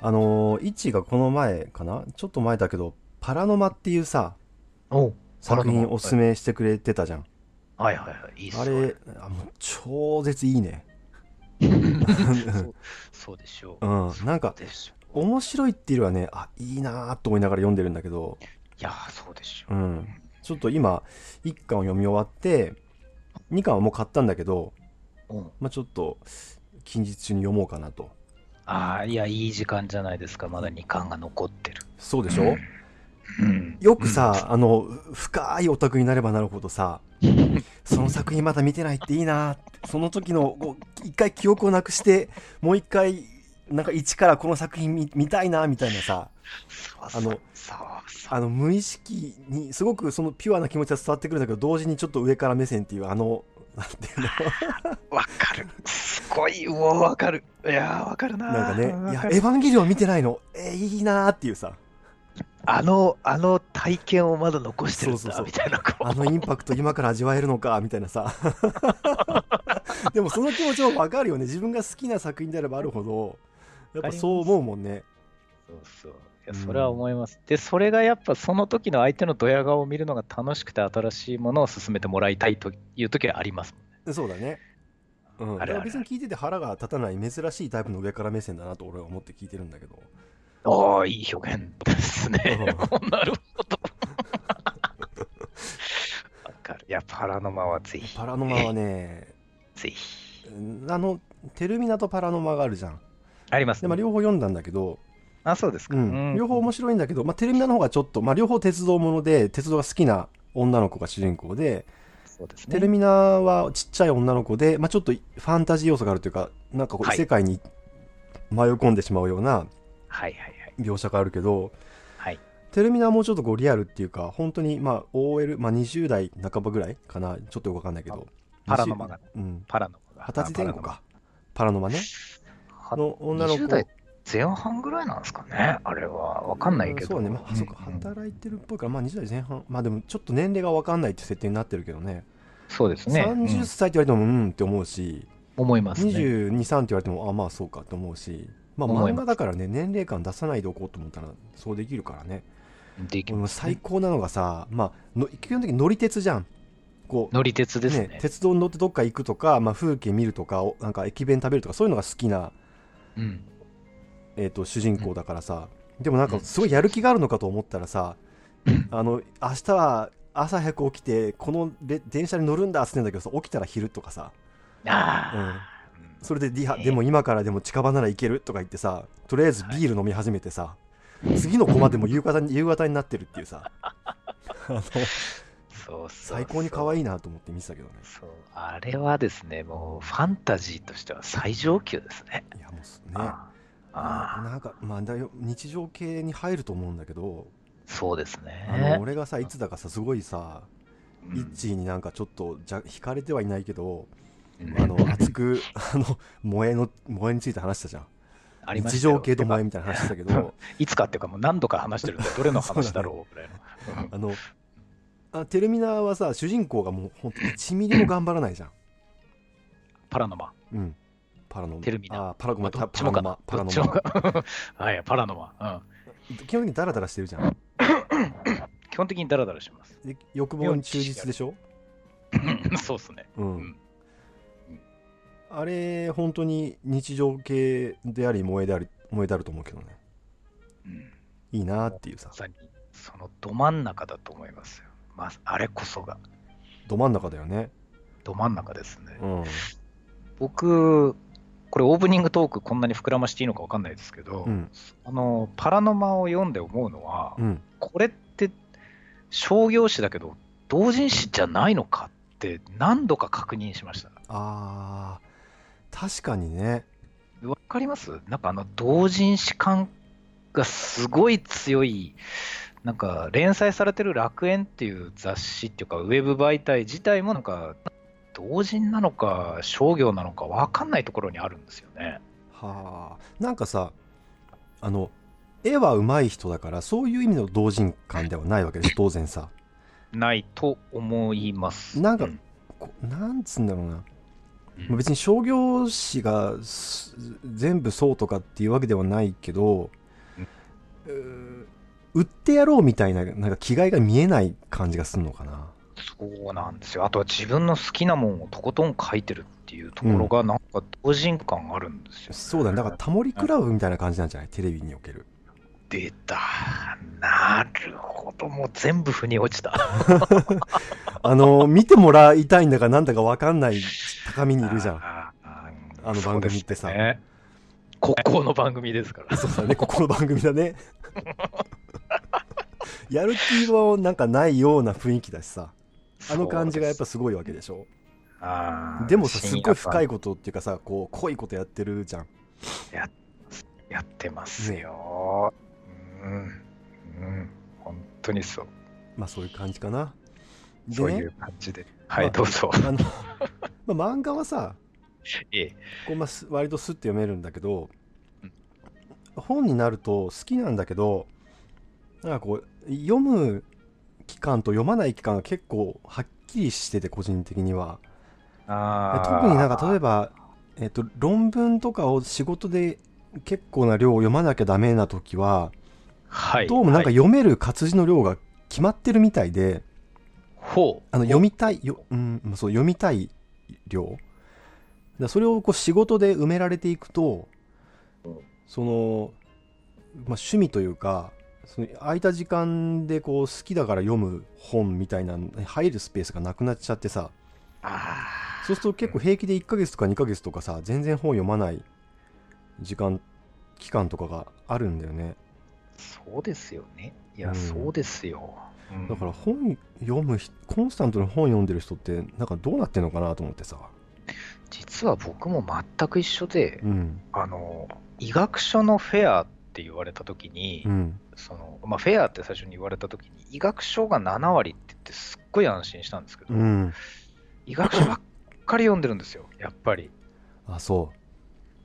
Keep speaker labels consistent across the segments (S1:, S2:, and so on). S1: あのー、イッチーがこの前かなちょっと前だけど、パラノマっていうさ、
S2: お
S1: 作品おすす
S2: め。
S1: めしてくれてたじゃん。
S2: はいはいはい。いいっす
S1: あ
S2: ね
S1: れ、あもう超絶いいね。
S2: そうそうでしょう。
S1: うんなんか
S2: そうでしょう。
S1: 面白いっていうよりはね、あ、いいなーと思いながら読んでるんだけど、
S2: いやー、そうでし
S1: う
S2: ょう。
S1: ん。ちょっと今、1巻を読み終わって、2巻はもう買ったんだけど、
S2: うん
S1: まあ、ちょっと、近日中に読もうかなと。
S2: ああ、いや、いい時間じゃないですか。まだ2巻が残ってる。
S1: そうでしょ
S2: うん
S1: よくさ、あの、深いオタクになればなるほど さ、その作品まだ見てないっていいなってその時の、こう、一回記憶をなくして、もう一回、なんか一からこの作品見見たいなみたいなさ、
S2: そ
S1: あの
S2: うそうそう
S1: あの無意識にすごくそのピュアな気持ちが伝わってくるんだけど同時にちょっと上から目線っていうあのなんて いうの
S2: わかる。すごい、うお、わかる。いやー、わかるなー。
S1: なんかね「い
S2: わ
S1: や
S2: かる
S1: エヴァンゲリオン見てないのえーいいな」っていうさ
S2: あの、あの体験をまだ残してるん
S1: そうそうそ
S2: だ、
S1: う
S2: みたいな。こう
S1: あのインパクト今から味わえるのかみたいなさ でもその気持ちも分かるよね自分が好きな作品であればあるほどやっぱそう思うもんね
S2: そうそう。い
S1: う
S2: や、
S1: ん
S2: それは思います。で、それがやっぱその時の相手のドヤ顔を見るのが楽しくて新しいものを進めてもらいたいという時はあります。
S1: そうだねうん、
S2: あ
S1: あれ
S2: るある
S1: は別に聞いてて腹が立たない珍しいタイプの上から目線だなと俺は思って聞いてるんだけど
S2: ああ、いい表現 ですね。なるほど。わかる。いや、パラノマはぜひ
S1: パ、ラノマはね
S2: ぜひ。
S1: うんあのテルミナとパラノマがあるじゃん
S2: あります
S1: で、まあ、
S2: ね。
S1: 両方読んだんだけど、
S2: あ、そうですか。
S1: うん、両方面
S2: 白
S1: 白いんだけど、まあ、テレビナの方がちょっと、まあ、両方鉄道もので鉄道が好きな女の子が主人公で、
S2: そうです
S1: テレ
S2: ね。
S1: ミナはちっちゃい女の子で、まあ、ちょっとファンタジー要素があるというかなんかこう
S2: はい
S1: 異世界に迷い込んでしまうような
S2: はいはいはい。
S1: 描写があるけど、
S2: はい
S1: テレミナはもうちょっとこうリアルっていうか本当にまあ OL、まあ、20代半ばぐらいかなちょっとよくわかんないけど
S2: パラノマが、
S1: うん、
S2: パラノマが。
S1: 二十歳前後かパラノマね
S2: パラノマ。
S1: の女の子
S2: 20代前半ぐらいなんですかね。あれは、わかんないけど。
S1: そうね、まあ、そうか、
S2: んん
S1: 働いてるっぽいから、まあ、20代前半、まあでも、ちょっと年齢が分かんないって設定になってるけどね、
S2: そうですね。うん
S1: 30歳って言われても、うんって思うし、
S2: 思いますね。
S1: 22、3って言われても、あまあそうかって思うし、まあ、
S2: 思い
S1: 漫
S2: ま
S1: 画
S2: す
S1: だからね、年齢感出さないでおこうと思ったら、そうできるからね、
S2: でき
S1: 俺も
S2: ます
S1: 最
S2: ね。
S1: 高なのがさ、まあ、の基本的に乗り鉄じゃん。こう
S2: 乗り鉄です
S1: ね
S2: ね。
S1: 鉄道に乗ってどっか行くとか、まあ、風景見るとかおなんか駅弁食べるとかそういうのが好きな、
S2: うん。
S1: えー、と主人公だからさ、でもなんかすごいやる気があるのかと思ったらさ、あの明日は朝早く起きてこのれ電車に乗るんだっつってんだけどさ起きたら昼とかさ、う
S2: ああ。
S1: ん、それでリハ、
S2: ね
S1: でも今からでも近場なら行けるとか言ってさとりあえずビール飲み始めてさ、次のコマでも夕 方に夕方になってるっていうさあの
S2: そうそうそう
S1: 最高に可愛いなと思って見てたけどね
S2: そうあれはですね、もうファンタジーとしては最上級ですね。
S1: いやもうすね
S2: ああああ
S1: なんか、まあ、だよ日常系に入ると思うんだけど、
S2: そうです
S1: あ
S2: ね
S1: の。俺がさいつだかさすごいさ、
S2: うん
S1: イッチーになんかちょっとじゃ惹かれてはいないけど、
S2: うん
S1: あの熱くあの萌えの萌えについて話したじゃん
S2: ありま
S1: 日
S2: したよ
S1: 常系と萌えみたいな話したけ ど
S2: いつかっていうか、もう何度か話してるんで、どれの話 だろうぐらいの。うん
S1: あのあテルミナーはさ主人公がもうほんと1ミリも頑張らないじゃん、
S2: パラノマ。
S1: うん、パラノ
S2: テルミナ
S1: あパラゴマ
S2: どっ
S1: パ
S2: ち
S1: パ
S2: も
S1: ラ
S2: か
S1: ノ
S2: な
S1: マ。パラノ
S2: どっちも
S1: マ
S2: か はい、パラノマ。
S1: 基本的にダラダラしてるじゃん
S2: うん基 本的にダラダラします。
S1: で欲望に忠実でしょ、
S2: そうですね。
S1: うん
S2: うん
S1: あれ本当に日常系であり萌えであり萌えであると思うけどね
S2: うん
S1: いいなーっていうさ
S2: まさにそのど真ん中だと思いますよ。まあ、あれこそが
S1: ど真ん中だよね
S2: ど真ん中ですね。
S1: うん
S2: 僕、これオープニングトークこんなに膨らましていいのか分かんないですけど、
S1: うん
S2: あのパラノマを読んで思うのは、
S1: うん
S2: これって商業誌だけど同人誌じゃないのかって何度か確認しました。
S1: あー確かにね
S2: わかりますなんかあの同人誌感がすごい強い、なんか連載されてる楽園っていう雑誌っていうか、ウェブ媒体自体もなんか、同人なのか商業なのかわかんないところにあるんですよね。
S1: はあなんかさあの絵は上手い人だからそういう意味の同人感ではないわけでしょ当然さ
S2: ないと思います。
S1: なんか
S2: う
S1: こなんつうんだろうなまあ別に商業誌がす全部そうとかっていうわけではないけど、うー売ってやろうみたいななんか気概が見えない感じがするのかな。
S2: そうなんですよ。あとは自分の好きなもんをとことん書いてるっていうところが、なんか同人感あるんですよ。
S1: そうだね。だからタモリクラブみたいな感じなんじゃないテレビにおける。
S2: 出た。なるほど。もう全部腑に落ちた。
S1: あの、見てもらいたいんだかなんだかわかんない高みにいるじゃん。
S2: あ
S1: あの番組ってさ
S2: そうですね国交の番組ですから。
S1: そうだね、ここの番組だね。やる気はなんかないような雰囲気だしさ、あの感じがやっぱすごいわけでしょ。
S2: あー
S1: でもさ、すっごい深
S2: 深
S1: い
S2: い
S1: ことっていうかさ、こう、濃いことやってるじゃん。
S2: やってますよ。うん。うん。本当にそう。
S1: まあそういう感じかな。で
S2: そうい
S1: ね
S2: う、感じで。は
S1: まあ
S2: い、どうぞ。
S1: あの、まあ漫画はさ、
S2: ええ。
S1: こうまあす割とスッて読めるんだけど
S2: うん、
S1: 本になると好きなんだけど、なんかこう、読む期間と読まない期間が結構はっきりしてて、個人的には。
S2: あー
S1: 特になんか例えば、えっと論文とかを仕事で結構な量を読まなきゃダメな時は、
S2: はい、
S1: どうもなんか
S2: はい
S1: 読める活字の量が決まってるみたいで、
S2: ほう
S1: あの読みたいよ、うん、まあそう読みたい量だからそれをこう仕事で埋められていくとその、まあ、趣味というかその空いた時間でこう好きだから読む本みたいなのに入るスペースがなくなっちゃってさ
S2: あ
S1: そうすると結構平気で1ヶ月とか2ヶ月とかさ全然本読まない時間期間とかがあるんだよね
S2: ーそうですよねいや、
S1: うん
S2: そうですよ、うん
S1: だから本読む人コンスタントに本読んでる人ってなんかどうなってんのかなと思ってさ
S2: 実は僕も全く一緒で
S1: うん
S2: あの医学書のフェアって言われた時に、
S1: うん
S2: そのまあ、フェアって最初に言われた時に医学書が7割って言ってすっごい安心したんですけど、
S1: うん
S2: 医学書ばっかり読んでるんですよやっぱり
S1: あそ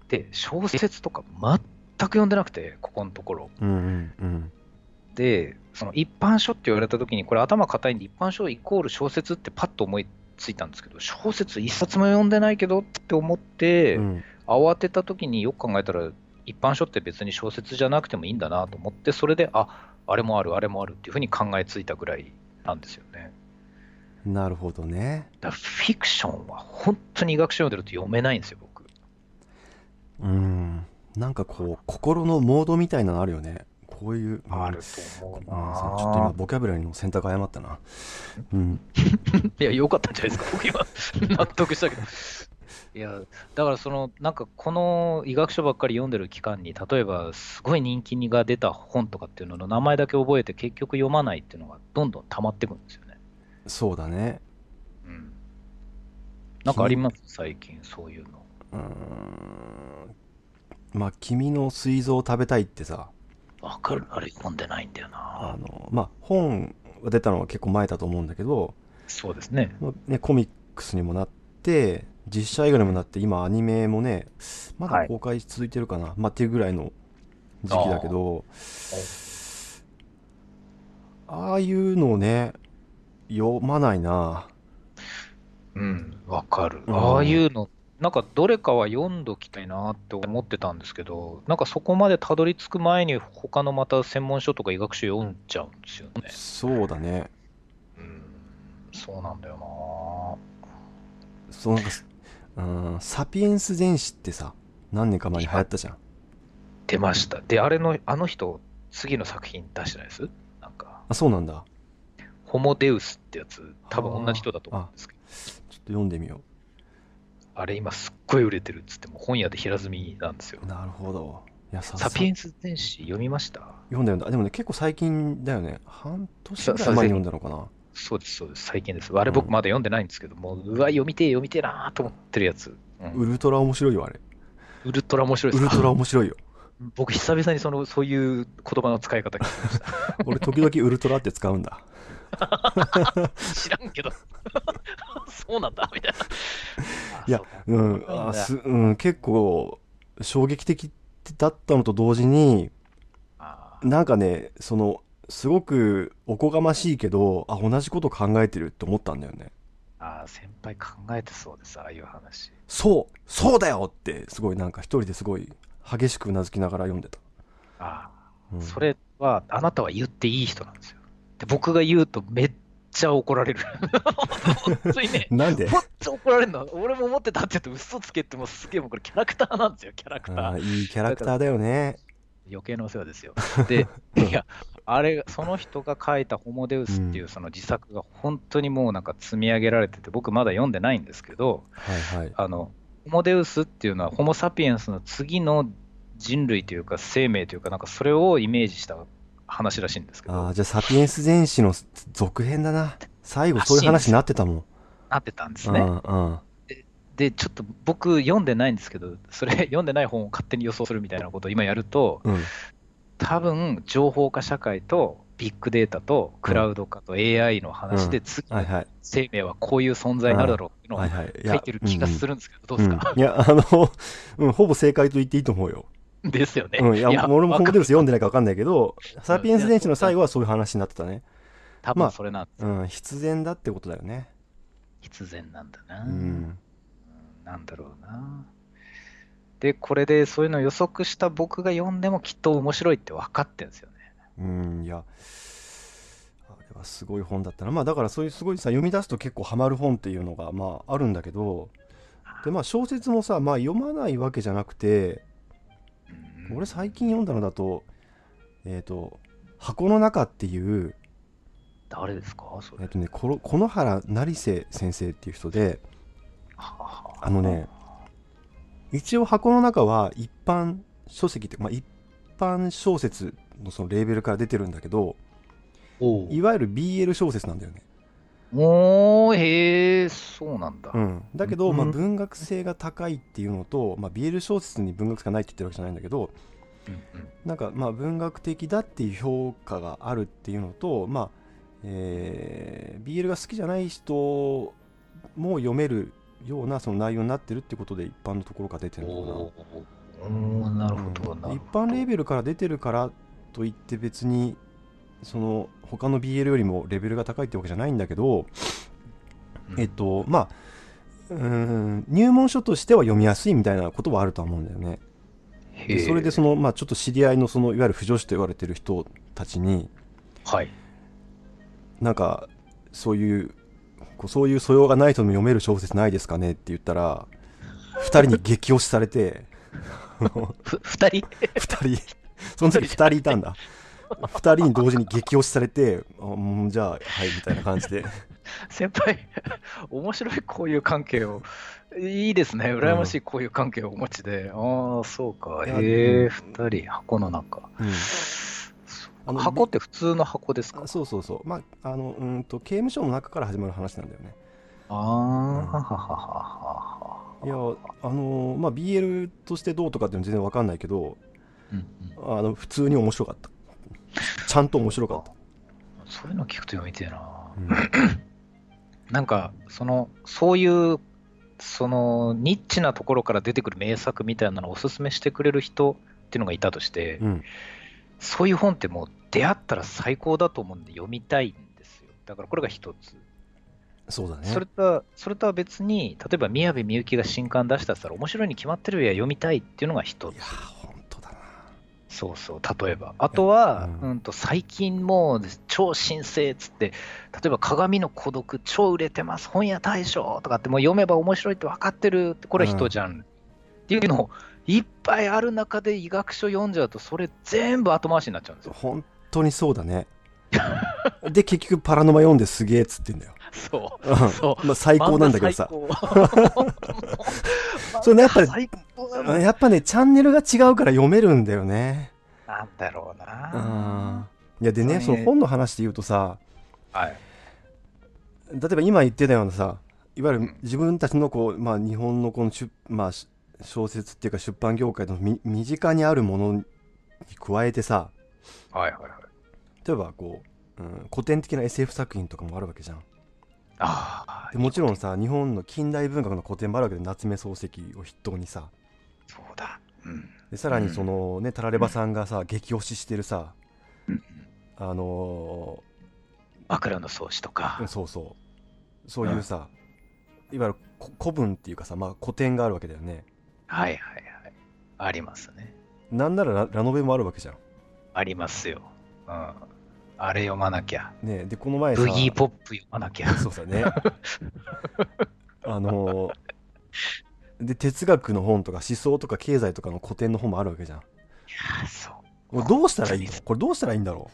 S2: で小説とか全く読んでなくてここのところ
S1: ううんうん
S2: でその一般書って言われた時にこれ頭固いんで一般書イコール小説ってパッと思いついたんですけど小説一冊も読んでないけどって思っ
S1: う
S2: て、
S1: んうん
S2: 慌てた時によく考えたら一般書って別に小説じゃなくてもいいんだなと思ってそれでああれもあるあれもあるっていうふうに考えついたぐらいなんですよね
S1: なるほどね
S2: だからフィクションは本当に医学書読んでると読めないんですよ僕
S1: うんなんかこう心のモードみたいなのあるよねこういううん
S2: あると
S1: ごめ
S2: 思
S1: ん
S2: う
S1: なさいちょっと今
S2: な
S1: ボキャブラリーの選択誤ったなうん
S2: いや、良かったんじゃないですか、僕今、納得したけど。いや、だからその、なんかこの医学書ばっかり読んでる期間に、例えば、すごい人気が出た本とかっていうのの名前だけ覚えて、結局読まないっていうのが、どんどん溜まってくるんですよね。
S1: そうだね
S2: うん。なんかあります、最近、そういうの。
S1: うーんまあ「君の膵臓を食べたい」ってさ
S2: わかる、あれ読んでないんだよな
S1: あ。のまあ本が出たのは結構前だと思うんだけど、
S2: そうですね。
S1: まあね、コミックスにもなって実写映画にもなって今アニメもねまだ
S2: はい
S1: 公開続いてるかな、まあっていうぐらいの時期だけどああいうのをね読まないな
S2: うん、わかる。
S1: うん
S2: ああいうの、なんかどれかは読んどきたいなって思ってたんですけど、なんかそこまでたどり着く前に、他のまた専門書とか医学書読んじゃうんですよね。
S1: そうだね
S2: うん、そうなんだよ
S1: そのなんかうんサピエンス全史ってさ何年か前に流行ったじゃん
S2: な。出ました。で、あれの、あの人、次の作品出してないですなんか、
S1: あそうなんだ
S2: ホモデウスってやつ、多分同じ人だと思うんですけど、
S1: ちょっと読んでみよ
S2: あれ今すっごい売れてるっつっても、本屋で平積みなんですよ
S1: う。なるほどいやさ
S2: サ
S1: さ
S2: ピエンス全史読みました
S1: 読んだ読んだでもね結構最近だよね半年ぐらい
S2: さ
S1: 前に読んだのかな
S2: そうです、そうです、最近です。あれ、
S1: う
S2: 僕
S1: ん
S2: まだ読んでないんですけど、もう、うわ、読みてえ、読みてえなーと思ってるやつ。うん
S1: ウルトラ面白いよあれ
S2: ウルトラ面白い
S1: ウ
S2: です。
S1: ルトラ面白いよ
S2: 僕、久々にそのそういう言葉の使い方聞きまし
S1: 俺時々ウルトラって使うんだ
S2: た。 知らんけど。そうなんだ、みたいな。
S1: いや
S2: あ、そう
S1: う
S2: か
S1: んあす、うん、結構衝撃的だったのと同時に
S2: あー
S1: なんかねそのすごくおこがましいけどあ同じこと考えてるって思ったんだよね
S2: ああ、先輩考えてそうです、ああいう話。
S1: そうそうだよってすごいなんか一人ですごい激しくうなずきながら読んでた、
S2: あ
S1: う
S2: あ、
S1: ん
S2: それは、あなたは言っていい人なんですよ。で、僕が言うとめっちゃ怒られる。 本当に ね。
S1: なんで
S2: ほんと怒られるの俺も思ってたって言って嘘つけってもうすげえもうこれキャラクターなんですよキャラクター
S1: あーいいキャラクターだよね
S2: 余計なお世話ですよ。で、いや、あれ、その人が書いたホモデウスっていううんその自作が本当にもうなんか積み上げられてて、僕まだ読んでないんですけど、
S1: はいはい
S2: あの、ホモデウスっていうのはホモサピエンスの次の人類というか生命というか、なんかそれをイメージした話らしいんですけ
S1: あ
S2: ど
S1: ー、じゃあサピエンス全史の続編だな最後そういう話になってたもん
S2: なってたんです
S1: うん
S2: ね。
S1: うん
S2: で、ちょっと僕読んでないんですけど、それ読んでない本を勝手に予想するみたいなことを今やると、
S1: うん
S2: 多分情報化社会とビッグデータとクラウド化と AI の話で次の
S1: はいはい
S2: 生命はこういう存在になるだろうっていうの
S1: は
S2: を
S1: いはい
S2: 書いてる気がす
S1: る
S2: るんですけど、どうですか、
S1: いやあの、 うん、ほぼ正解と言っていいと思うよ
S2: です よね。
S1: うん、いや、俺もホモデウス読ん
S2: で
S1: でないか分かんないけど、サピエンス電子の最後はそういう話になってたね。
S2: 多
S1: ま
S2: 分
S1: あ
S2: それなん、
S1: うん、必然だってことだよね。
S2: 必然なんだな、
S1: うん。
S2: なんだろうな。で、これでそういうのを予測した僕が読んでもきっと面白いって分かってるんですよね。
S1: うん、いや、あれはすごい本だったな。まあ、だからそういうすごいさ、読み出すと結構ハマる本っていうのが、まあ、あるんだけど、で、まあ、小説もさ、まあ、読まないわけじゃなくて、
S2: うん
S1: 俺最近読んだのだと、えっと、箱の中っていう、
S2: 誰ですかそ
S1: え
S2: れ
S1: っ。とね、このこの原成瀬先生っていう人で、
S2: は
S1: あのね、一応箱の中は一般書籍って、まあ、一般小説のそのレーベルから出てるんだけど、
S2: お
S1: いわゆる BL 小説なんだよね。
S2: おー、へえ、そうなんだ。
S1: うん、だけど、まあ、
S2: うん
S1: 文学性が高いっていうのと、まあ、BL 小説に文学しかないって言ってるわけじゃないんだけど
S2: うんうん
S1: なんかまあ文学的だっていう評価があるっていうのと、まあえー BL が好きじゃない人も読めるようなその内容になってるってことで一般のところから出てるのかな。
S2: おー、なるほどな
S1: うん
S2: る
S1: 一
S2: ほど。
S1: 般レーベルから出てるからといって別にその他の BL よりもレベルが高いってわけじゃないんだけど、
S2: うん
S1: えっとまあうーん入門書としては読みやすいみたいなことはあるとは思うんだよね。
S2: へ
S1: で
S2: ー
S1: それでその、まあ、ちょっと知り合いのそのいわゆる不女子と言われてる人たちに
S2: はい。
S1: なんかそういうこうそういう素養がない人も読める小説ないですかねって言ったら2人に激推しされてあの
S2: ふ二人
S1: 2人、その時2人いたんだ。2人に同時に激推しされて、あうんじゃあ、はい、みたいな感じで。
S2: 先輩、面白いこういう関係を、いいですね、羨ましいこういう関係をお持ちで、ああ、そうか、
S1: いや
S2: へ
S1: う
S2: え、
S1: ん
S2: 二人、箱の中。
S1: うんあの
S2: 箱って普通の箱ですか
S1: あそうそうそう。まあ、あの、うんと、刑務所の中から始まる話なんだよね。
S2: ああ、ははははは。
S1: いや、あの、まあ、BL としてどうとかっていうの全然わかんないけど、
S2: うんうん
S1: あの、普通に面白かった。ちゃんと面白かった。
S2: そういうの聞くと読みてえな。
S1: うん
S2: なんか、その、そういう、その、ニッチなところから出てくる名作みたいなのをおすすめしてくれる人っていうのがいたとして、
S1: うん。
S2: そういう本ってもう出会ったら最高だと思うんで読みたいんですよ。だからこれが一つ。
S1: そうだね。
S2: それとは、それとは別に、例えば宮部みゆきが新刊出したっつったら面白いに決まってるや読みたいっていうのが一
S1: い
S2: つ
S1: や。ー、本当だな。
S2: そうそう、例えば。あとは、
S1: う
S2: うんん、と最近もう超新星っつって、例えば鏡の孤独超売れてます、本屋大賞とかってもう読めば面白いって分かってるって、これは人じゃん。っていうのをいっぱいある中で医学書読んじゃうと、それ全部後回しになっちゃうんですよ。
S1: 本当にそうだね。 で、結局、パラノマ読んですげえっつってんだよ。
S2: そう。
S1: うん
S2: そ
S1: まあ、最高なんだけどさ。
S2: 漫画最高
S1: それねやっぱり
S2: 最高だ もん
S1: やっぱね、チャンネルが違うから読めるんだよね。
S2: なんだろう
S1: う。
S2: なん
S1: いや、でね、
S2: そ
S1: そう
S2: ね
S1: の本の話で言うとさ、
S2: はい
S1: 例えば今言ってたようなさ、いわゆ
S2: うん
S1: る自分たちのこう、まあ、日本のこの出、まあ、し小説っていうか出版業界のみ身近にあるものに加えてさ、
S2: はいはいはい
S1: 例えばこう、うん、古典的な SF 作品とかもあるわけじゃん。
S2: ああ
S1: でもちろんさ、日本の近代文学の古典もあるわけで、夏目漱石を筆頭にさ、
S2: そうだうん
S1: でさらにそのね、タラレバさんがさ、激推ししてるさ、あのー
S2: 枕の草子とか
S1: うんそうそうそういうさ、いわゆるこ古文っていうかさ、まあ、古典があるわけだよね
S2: はいはいはい。ありますね。
S1: なんならララノベもあるわけじゃん
S2: ありますよ。うん。あれ読まなきゃ。
S1: ねえでこの前さ
S2: ブギーポップ読まなきゃ。
S1: そうだねあのーで哲学の本とか思想とか経済とかの古典の本もあるわけじゃん
S2: あそう。
S1: これどうしたらいいのこれどうしたらいいんだろ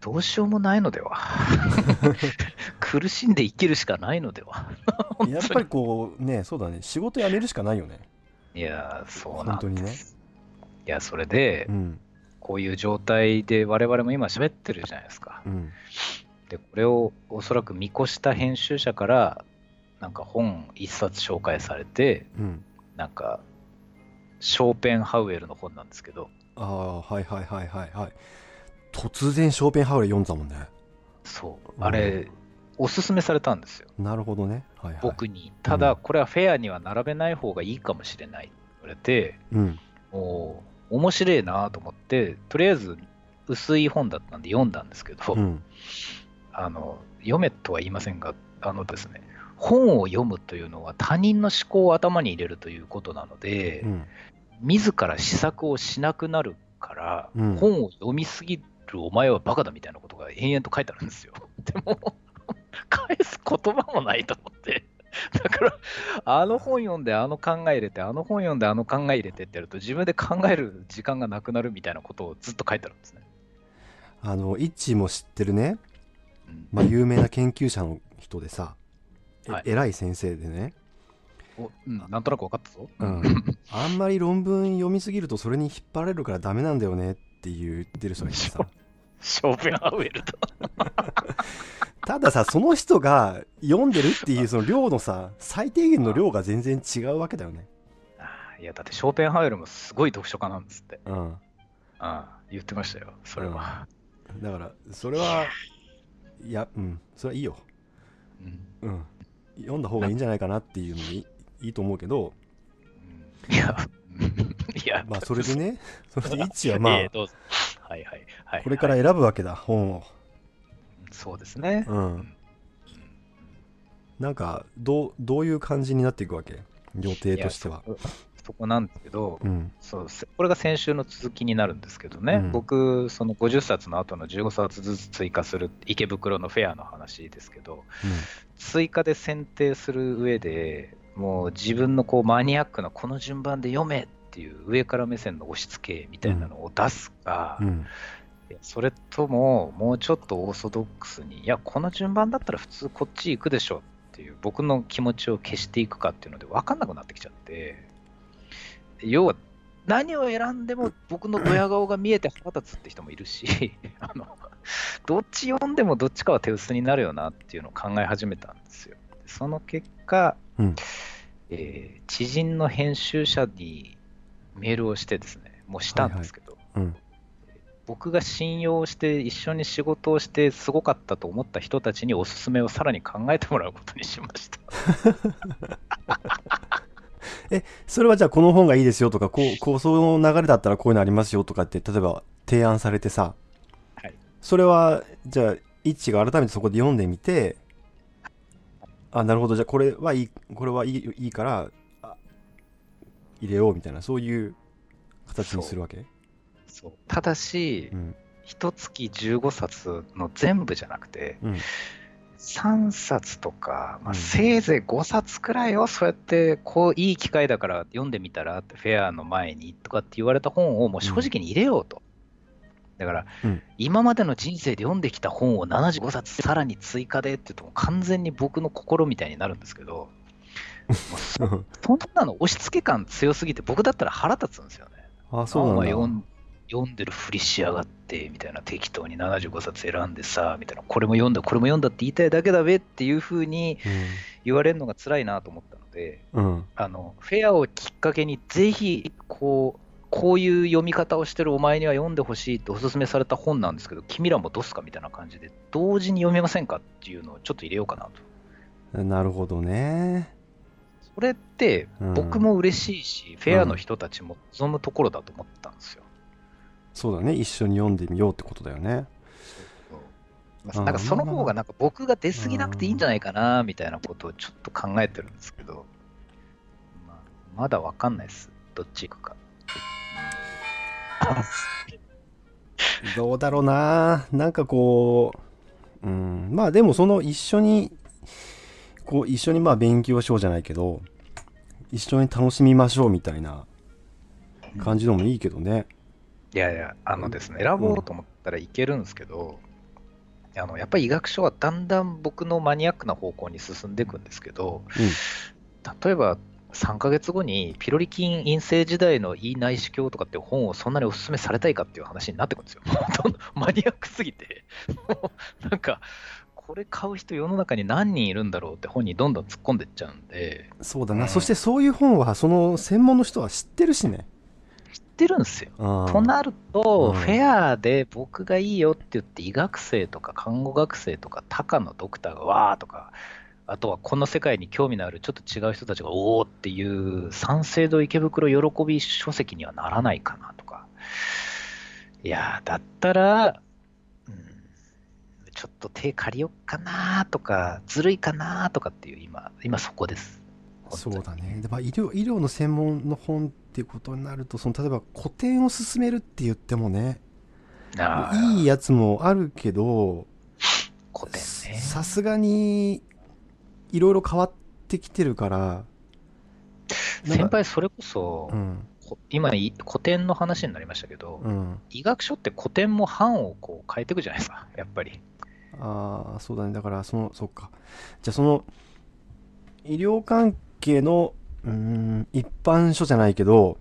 S2: どうしようもないのでは。 苦しんで生きるしかないのでは。
S1: うやっぱりこうねそうだね仕事辞めるしかないよね
S2: いやー、そうな
S1: 本当
S2: ん
S1: に
S2: で
S1: ね
S2: す。いや、それで
S1: う、ん
S2: こういう状態で我々も今喋ってるじゃないですか
S1: う。ん
S2: で、これをおそらく見越した編集者から、なんか本一冊紹介されて、
S1: うん
S2: なんか、ショーペンハウエルの本なんですけど、
S1: ああはいはいはいはいはい突然ショーペンハウエル読んだもんね
S2: そう、
S1: うん
S2: あれ、おすすめされたんですよ、
S1: なるほどねはいはい
S2: 僕に。ただ、
S1: うん
S2: これはフェアには並べない方がいいかもしれないって言われて、
S1: うん
S2: もう、面白いなと思って、とりあえず、薄い本だったんで読んだんですけど、
S1: うん
S2: あの読めとは言いませんが、あのですね、本を読むというのは他人の思考を頭に入れるということなので、
S1: うん
S2: 自ら試作をしなくなるから、
S1: うん
S2: 本を読みすぎるお前はバカだみたいなことが延々と書いてあるんですよ。 でも、返す言葉もないと思って。 だから、あの本読んで、あの考え入れて、あの本読んで、あの考え入れてってやると、自分で考える時間がなくなるみたいなことをずっと書いてあるんですね。
S1: あのイッチーも知ってるね
S2: うん
S1: まあ、有名な研究者の人でさ、え
S2: はい
S1: 偉い先生でね、
S2: おうん、なんとなく分かったぞ。
S1: うん、あんまり論文読みすぎるとそれに引っ張られるからダメなんだよねって言ってる人がいてさ
S2: ショーペンハウエル と。
S1: たださその人が読んでるっていうその量のさ最低限の量が全然違うわけだよね、
S2: あーいや、だってショーペンハウエルもすごい読書家なんですって。
S1: うん、
S2: あー言ってましたよ、それは。
S1: だからそれはいやうんそれはいいよ、
S2: うん
S1: うん、読んだ方がいいんじゃないかなっていうのもいいいいと思うけど
S2: いや、うんいや、
S1: まあそれで ねそれでイッチはま
S2: まあ、
S1: あ
S2: ええどうぞはいはいはい。
S1: これから
S2: はい
S1: 選ぶわけだ本を。
S2: そうですね。
S1: うん、なんかどうどういう感じになっていくわけ予定としてはい
S2: や。そこ そこなんですけど、
S1: うん
S2: そうせこれが先週の続きになるんですけどね、
S1: うん
S2: 僕、その50冊の後の15冊ずつ追加する池袋のフェアの話ですけど、追加で選定する上でもう自分のこうマニアックなこの順番で読めっていう上から目線の押し付けみたいなのを出すか、
S1: うんうん
S2: それとももうちょっとオーソドックスにいやこの順番だったら普通こっち行くでしょっていう僕の気持ちを消していくかっていうので分かんなくなってきちゃって要は何を選んでも僕のドヤ顔が見えて腹立つって人もいるし あのどっち読んでもどっちかは手薄になるよなっていうのを考え始めたんですよ。その結果、
S1: うん
S2: えー知人の編集者にメールをしてですね、もうしたんですけど、
S1: はいうん
S2: 僕が信用して一緒に仕事をしてすごかったと思った人たちにおすすめをさらに考えてもらうことにしました。
S1: それはじゃあこの本がいいですよとかこうこうその流れだったらこういうのありますよとかって例えば提案されてさ、
S2: はい
S1: それはじゃあ一致が改めてそこで読んでみてあなるほどじゃあこれはいいこれはいいいいからあ入れようみたいなそういう形にするわけ
S2: そうただし、
S1: うん
S2: 一月15冊の全部じゃなくて、
S1: うん
S2: 3冊とか、ま
S1: う
S2: あ、
S1: ん
S2: せいぜい5冊くらいをそうやってこういい機会だから読んでみたらってフェアの前にとかって言われた本をもう正直に入れようと、だから、
S1: うん
S2: 今までの人生で読んできた本を75冊さらに追加でって言うともう完全に僕の心みたいになるんですけどもうそそんなの押し付け感強すぎて僕だったら腹立つんですよね
S1: あそ
S2: そ
S1: ううな
S2: お
S1: んだ
S2: 前読ん読んでるふりしやがってみたいな適当に75冊選んでさみたいなこれも読んだこれも読んだって言いたいだけだべっていうふうに言われるのが辛いなと思ったので
S1: うんうん
S2: あのフェアをきっかけにぜひこうこういう読み方をしてるお前には読んでほしいっておすすめされた本なんですけど君らもどうすかみたいな感じで同時に読めませんかっていうのをちょっと入れようかなと
S1: なるほどね、
S2: それって
S1: うん
S2: 僕も嬉しいし、フェアの人たちも望むところだと思ったんですよ
S1: そうだね一緒に読んでみようってことだよね
S2: ます。なんかその方がなんか僕が出過ぎなくていいんじゃないかなみたいなことをちょっと考えてるんですけど、まあ、まだわかんないです。どっち行くか。
S1: どうだろうななんかこう、うん、まあでもその一緒に、こう一緒にまあ勉強しようじゃないけど、一緒に楽しみましょうみたいな感じのもいいけどね。
S2: いやいや、あのですね、選ぼうと思ったらいけるんですけど、あのやっぱり医学書はだんだん僕のマニアックな方向に進んでいくんですけど、例えば3ヶ月後にピロリ菌陰性時代の胃内視鏡とかって本をそんなにお勧めされたいかっていう話になってくるんですよ。 どんどんマニアックすぎて、 もうなんか、これ買う人世の中に何人いるんだろうって本にどんどん突っ込んでっちゃうんで、
S1: そうだな、
S2: うん
S1: そしてそういう本は、その専門の人は知ってるしね。
S2: 知ってるんですよ。と
S1: と
S2: なると、
S1: うん
S2: フェアで僕がいいよって言って、医学生とか看護学生とか、高のドクターがわーとか、あとはこの世界に興味のあるちょっと違う人たちがおーっていう、三省堂池袋喜び書籍にはならないかなとか。いやー、だったら、うん、ちょっと手借りよっかなーとか、ずるいかなーとかっていう、今、今そこです。
S1: そうだね。やっぱ医療医療の専門の本っていうことになると、その例えば古典を進めるって言ってもね、
S2: あ
S1: いいやつもあるけど、
S2: ー古典ね。
S1: さすがにいろいろ変わってきてるから、なんか
S2: 先輩、それこそ、
S1: うん、
S2: こ今い古典の話になりましたけど、
S1: うん。
S2: 医学書って古典も版をこう変えていくじゃないですかやっぱり
S1: ああ、そうだね。だから、その、そっか。じゃあ、その、医療関係の、うーん、一般書じゃないけど、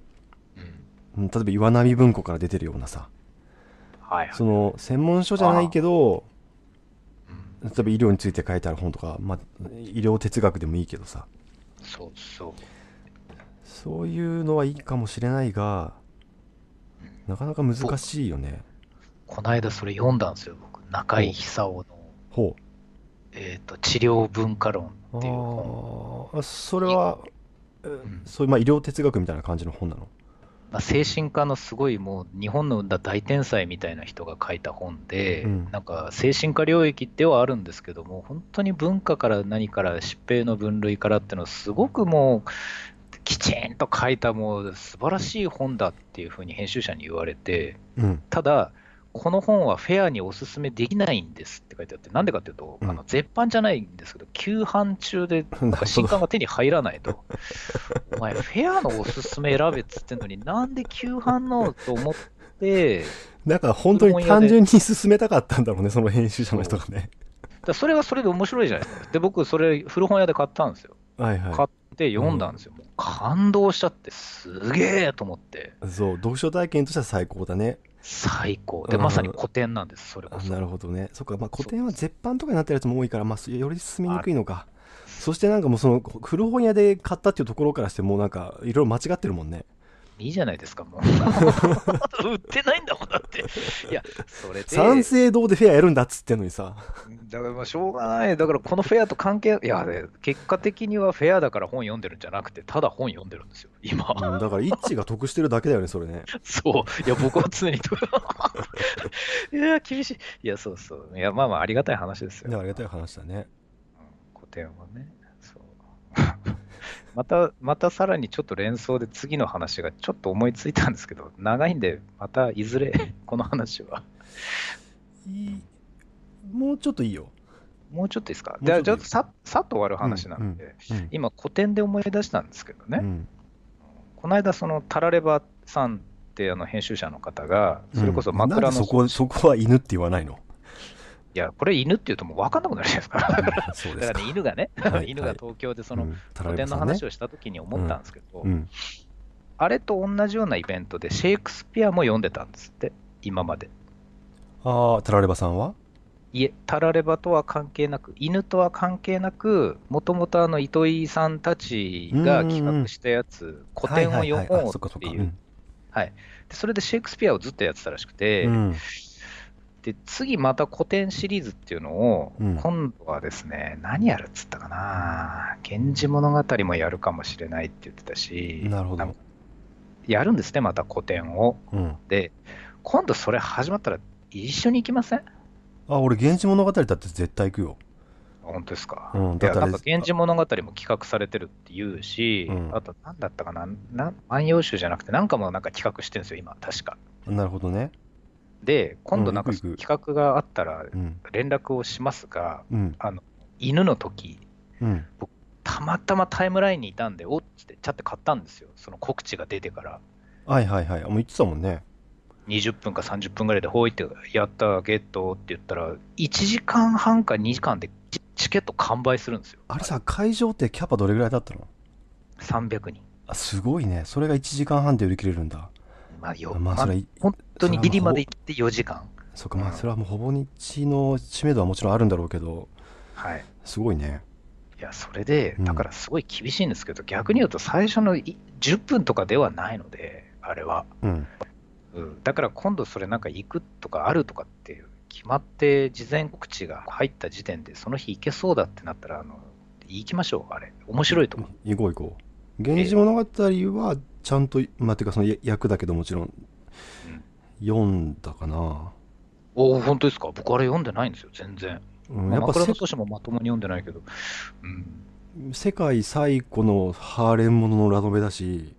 S2: うん
S1: うん例えば岩波文庫から出てるようなさ、
S2: はいはい
S1: その、専門書じゃないけど、
S2: うん
S1: 例えば医療について書いてある本とか、まあ、医療哲学でもいいけどさ、
S2: そうそう
S1: そういうのはいいかもしれないが、なかなか難しいよね。
S2: この間それ読んだんですよ僕中井久夫の、
S1: ほ
S2: えーと「治療文化論」
S1: う。
S2: っていう本
S1: ああ、それは、え
S2: ん
S1: そういう、まあ、医療哲学みたいな感じの本なの。
S2: まあ、精神科のすごいもう日本の生んだ大天才みたいな人が書いた本で、
S1: うん
S2: なんか精神科領域ではあるんですけども本当に文化から何から疾病の分類からっていうのをすごくもうきちんと書いたもう素晴らしい本だっていうふうに編集者に言われて
S1: うん。
S2: ただこの本はフェアにおすすめできないんですって書いてあってなんでかっていうと、
S1: うん
S2: あの絶版じゃないんですけど旧版中で
S1: なる
S2: なんか
S1: ほ
S2: 新
S1: ど。
S2: 刊が手に入らないと。お前、フェアのおすすめ選べっつってんのに、なんで旧版のと思って、
S1: なんか本当に単純に進めたかったんだろうね、その編集者の人がね。
S2: だからそれはそれで面白いじゃないですか。で、僕、それ、古本屋で買ったんですよ。
S1: はい
S2: 買
S1: は
S2: で、読んだんですよ。もう感動しちゃって、すげえと思って、
S1: い。そう、読書体験としては最高だね。
S2: 最高。で、
S1: うん
S2: まさに古典なんです、それこ
S1: あ
S2: そ。
S1: なるほどね。そっか、まあ、古典は絶版とかになってるやつも多いから、まあ、そより進みにくいのか。そしてなんかもうその古本屋で買ったっていうところからしてもうなんかいろいろ間違ってるもんね。
S2: いいじゃないですか、も う。売ってないんだもん、だって。いや、それで。
S1: 三省堂でフェアやるんだっつってんのにさ。
S2: だからまあしょうがない、だからこのフェアと関係、いや、ね結果的にはフェアだから本読んでるんじゃなくて、ただ本読んでるんですよ、今。
S1: うん、だから一致が得してるだけだよね、それね。
S2: そう、いや、僕は常に。 いや、厳しい。いや、そうそう。いや、まあまあ、ありがたい話です
S1: で
S2: よ。
S1: ありがたい話だね。
S2: 古典はね。そう また、またさらにちょっと連想で次の話がちょっと思いついたんですけど、長いんで、またいずれ、 この話は。
S1: いいもうちょっといいよ。
S2: もうちょっといいですか
S1: もう
S2: じ
S1: ちょ
S2: ゃあ、
S1: っ
S2: ち
S1: といい
S2: ょっとささっと終わる話なんで、
S1: うん
S2: 今、古典で思い出したんですけどね。
S1: うん
S2: この間、そのタラレバさんってあの編集者の方が、それこそ
S1: なん
S2: 枕
S1: でそ
S2: の、い
S1: こ、そこは犬って言わないの
S2: や、これ犬って言うともう分かんなくなるじゃないですか。だ
S1: うんそう です
S2: から
S1: か
S2: ね、。犬がね、
S1: はい
S2: 犬が東京でそ
S1: う
S2: の
S1: んタラ
S2: 古
S1: レ
S2: 典
S1: バさ
S2: の
S1: んね
S2: 話をしたときに思ったんですけど、
S1: うん。
S2: あれと同じようなイベントでシェイクスピアも読んでたんですって、今まで。
S1: ああ、タラレバさんはい
S2: え、タラレバとは関係なく、犬とは関係なく、もともとあの糸井さんたちが企画したやつ、古典を
S1: はいはい
S2: 読
S1: はいあ
S2: も
S1: そっかそうっ
S2: って
S1: か
S2: いうう、
S1: ん
S2: でそれでシェイクスピアをずっとやってたらしくて、
S1: うん
S2: で次また古典シリーズっていうのを、
S1: うん
S2: 今度はですね何やるっつったかな「源氏物語」もやるかもしれないって言ってたし
S1: なるほど
S2: んかやるんですねまた古典を
S1: うん
S2: で今度それ始まったら一緒に行きません
S1: あ、俺、源氏物語だって絶対行くよ。
S2: 本当ですか。
S1: うん、
S2: い
S1: だ
S2: や
S1: った
S2: な
S1: ら
S2: んか、、源氏物語も企画されてるって言うし、
S1: うん
S2: あと、なんだったかな、な万葉集じゃなくて、なんかもなんか企画してるんですよ、今、確か。
S1: なるほどね。
S2: で、今度なんか
S1: うん行く行く
S2: 企画があったら
S1: うん、
S2: 連絡をしますが、
S1: うん、
S2: 犬の時
S1: うん。
S2: たまたまタイムラインにいたんで、おっつって、ちゃって買ったんですよ、その告知が出てから。
S1: はいはいはい。もう言ってたもんね。
S2: 20分か30分ぐらいで、ほいってやった、ゲットって言ったら、1時間半か2時間でチチケット完売するんですよ。
S1: あれさ、会場ってキャパどれぐらいだったの
S2: 300人。
S1: あすごいね。それが1時間半で売り切れるんだ。
S2: まあ、よ、
S1: まあ、それは、
S2: 本当にギリまで
S1: それはもう
S2: 行って4時間。
S1: そうか、まあ、
S2: うん
S1: それはもうほぼ日の知名度はもちろんあるんだろうけど、
S2: はい。
S1: すごいね。
S2: いや、それで、
S1: うん
S2: だからすごい厳しいんですけど、逆に言うと、最初のい10分とかではないので、あれは。
S1: うん。
S2: うん、だから今度、それなんか行くとかあるとかっていう、決まって事前告知が入った時点で、その日行けそうだってなったら、あの行きましょう、あれ、面白いと思う。
S1: 行こう行こう。源氏物語は、ちゃんと、まあ、ていうか、その役だけどもちろん、読んだかな。
S2: おお、本当ですか、僕、あれ読んでないんですよ、全然。
S1: うん、
S2: ま
S1: や
S2: あ
S1: っぱ
S2: 枕
S1: せ
S2: 草子もまともに読んでないけど、うん、
S1: 世界最古のハーレンもののラノベだし、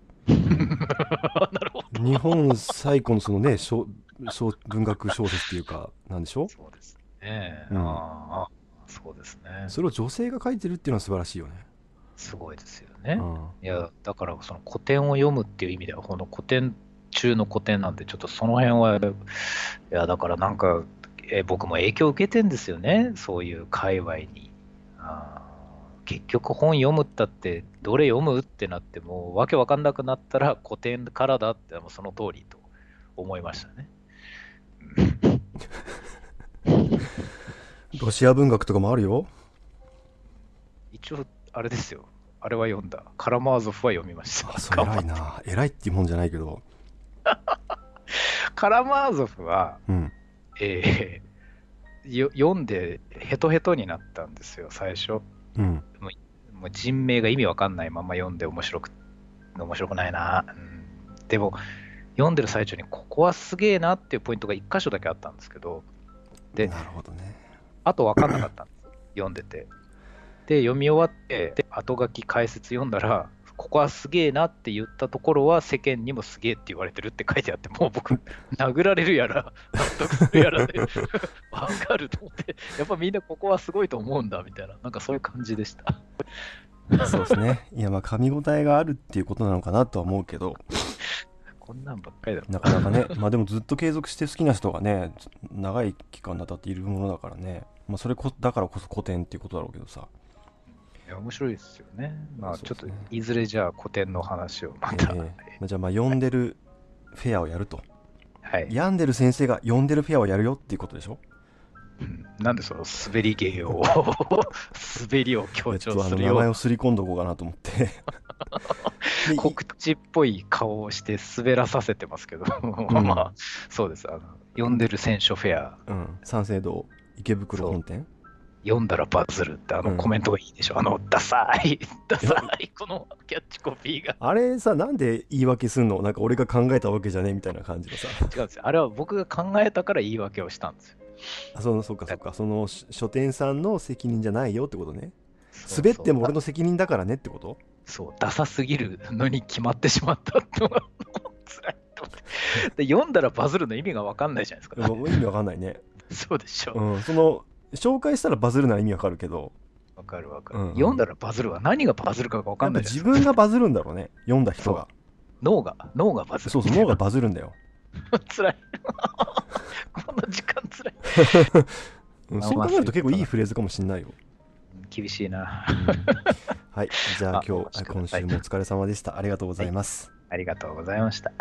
S1: 日本最古のそのね、小小文学小説っていうか、なんでしょ
S2: そうですね。
S1: うん
S2: ああ、そうですね。
S1: それを女性が書いてるっていうのは素晴らしいよね。
S2: すごいですよね。
S1: うん
S2: いや、だからその古典を読むっていう意味では、この古典中の古典なんで、ちょっとその辺は、いや、だからなんか、え僕も影響を受けてんですよね、そういう界隈に。あー結局本読むったって、どれ読むってなって、もうわけわかんなくなったら古典からだって、もうその通りと思いましたね。
S1: ロシア文学とかもあるよ。
S2: 一応、あれですよ。あれは読んだ。カラマーゾフは読みました。
S1: あ、そう、偉いな。偉いっていうもんじゃないけど。
S2: カラマーゾフは、
S1: うん。
S2: えーよ読んでヘトヘトになったんですよ最初
S1: うん。
S2: もう人名が意味わかんないまま読んで面白く面白くないな、うん、でも読んでる最中にここはすげえなっていうポイントが1箇所だけあったんですけどで
S1: なるほどね。
S2: あとわかんなかったんです読んでてで読み終わってで後書き解説読んだらここはすげえなって言ったところは世間にもすげえって言われてるって書いてあってもう僕 殴られるやら納得するやらでわかると思ってやっぱみんなここはすごいと思うんだみたいななんかそういう感じでした
S1: そうですね。いや、まあ、噛み応えがあるっていうことなのかなとは思うけど、
S2: こんなんばっかりだ
S1: なかなかね、まあでもずっと継続して好きな人がね、ず長い期間にわたっているものだからね、まあ、それこだからこそ古典っていうことだろうけどさ。
S2: いや面白いですよねまあ
S1: そう
S2: ち
S1: で
S2: ょっ
S1: す
S2: と
S1: ね
S2: いずれじゃあ古典の話をま
S1: え
S2: た、
S1: えまあじゃあ、まあ、読んでるフェアをやると。
S2: はい、
S1: 病んでる先生が読んでるフェアをやるよっていうことでしょ
S2: うんなんでその滑り芸を滑りを
S1: え
S2: 強
S1: っと
S2: 調
S1: あ
S2: す
S1: の
S2: る
S1: 名
S2: よう
S1: 前
S2: な
S1: をすり込んどこうかなと思って。でい
S2: 告知っぽい顔をして滑らさせてますけど、
S1: ん
S2: まあそうですあの読んでる選手フェア
S1: うん、三省堂池袋本店
S2: 読んだらバズるってあ
S1: うん
S2: のコメントがいいでしょ、あのダサ いダサいこのキャッチコピーが
S1: あれさなんで言い訳すんのなんか俺が考えたわけじゃねえみたいな感じのさ
S2: 違うんですよあれは僕が考えたから言い訳をしたんですよ
S1: あそのそうかそうかそのし書店さんの責任じゃないよってことね滑っても俺の責任だからねってこと
S2: そうダサすぎるのに決まってしまったってのが 辛いと思ってで読んだらバズるの意味が分かんないじゃないですか、
S1: もう意味わかんないね、
S2: そうでしょ、う
S1: うん、その紹介したらバズるなら意味わかるけど
S2: 分かる分かる、
S1: うん
S2: 読んだらバズるは何がバズるかが分かんない
S1: やっ
S2: じゃ
S1: ぱ
S2: ない
S1: 自
S2: ですか
S1: 分がバズるんだろうね読んだ人が
S2: 脳が脳がバズる
S1: そうそう脳がバズるんだよ、
S2: つらい。 この時間つらい。
S1: うん、
S2: まあ
S1: そう考えると結構いいフレーズかもしんないよ
S2: 厳しいな。
S1: はいじゃあ
S2: あ
S1: 今
S2: お
S1: 日
S2: 待ちくだ
S1: 今
S2: さい
S1: 週もお疲れ様でしたありがとうございます、
S2: ありがとうございました。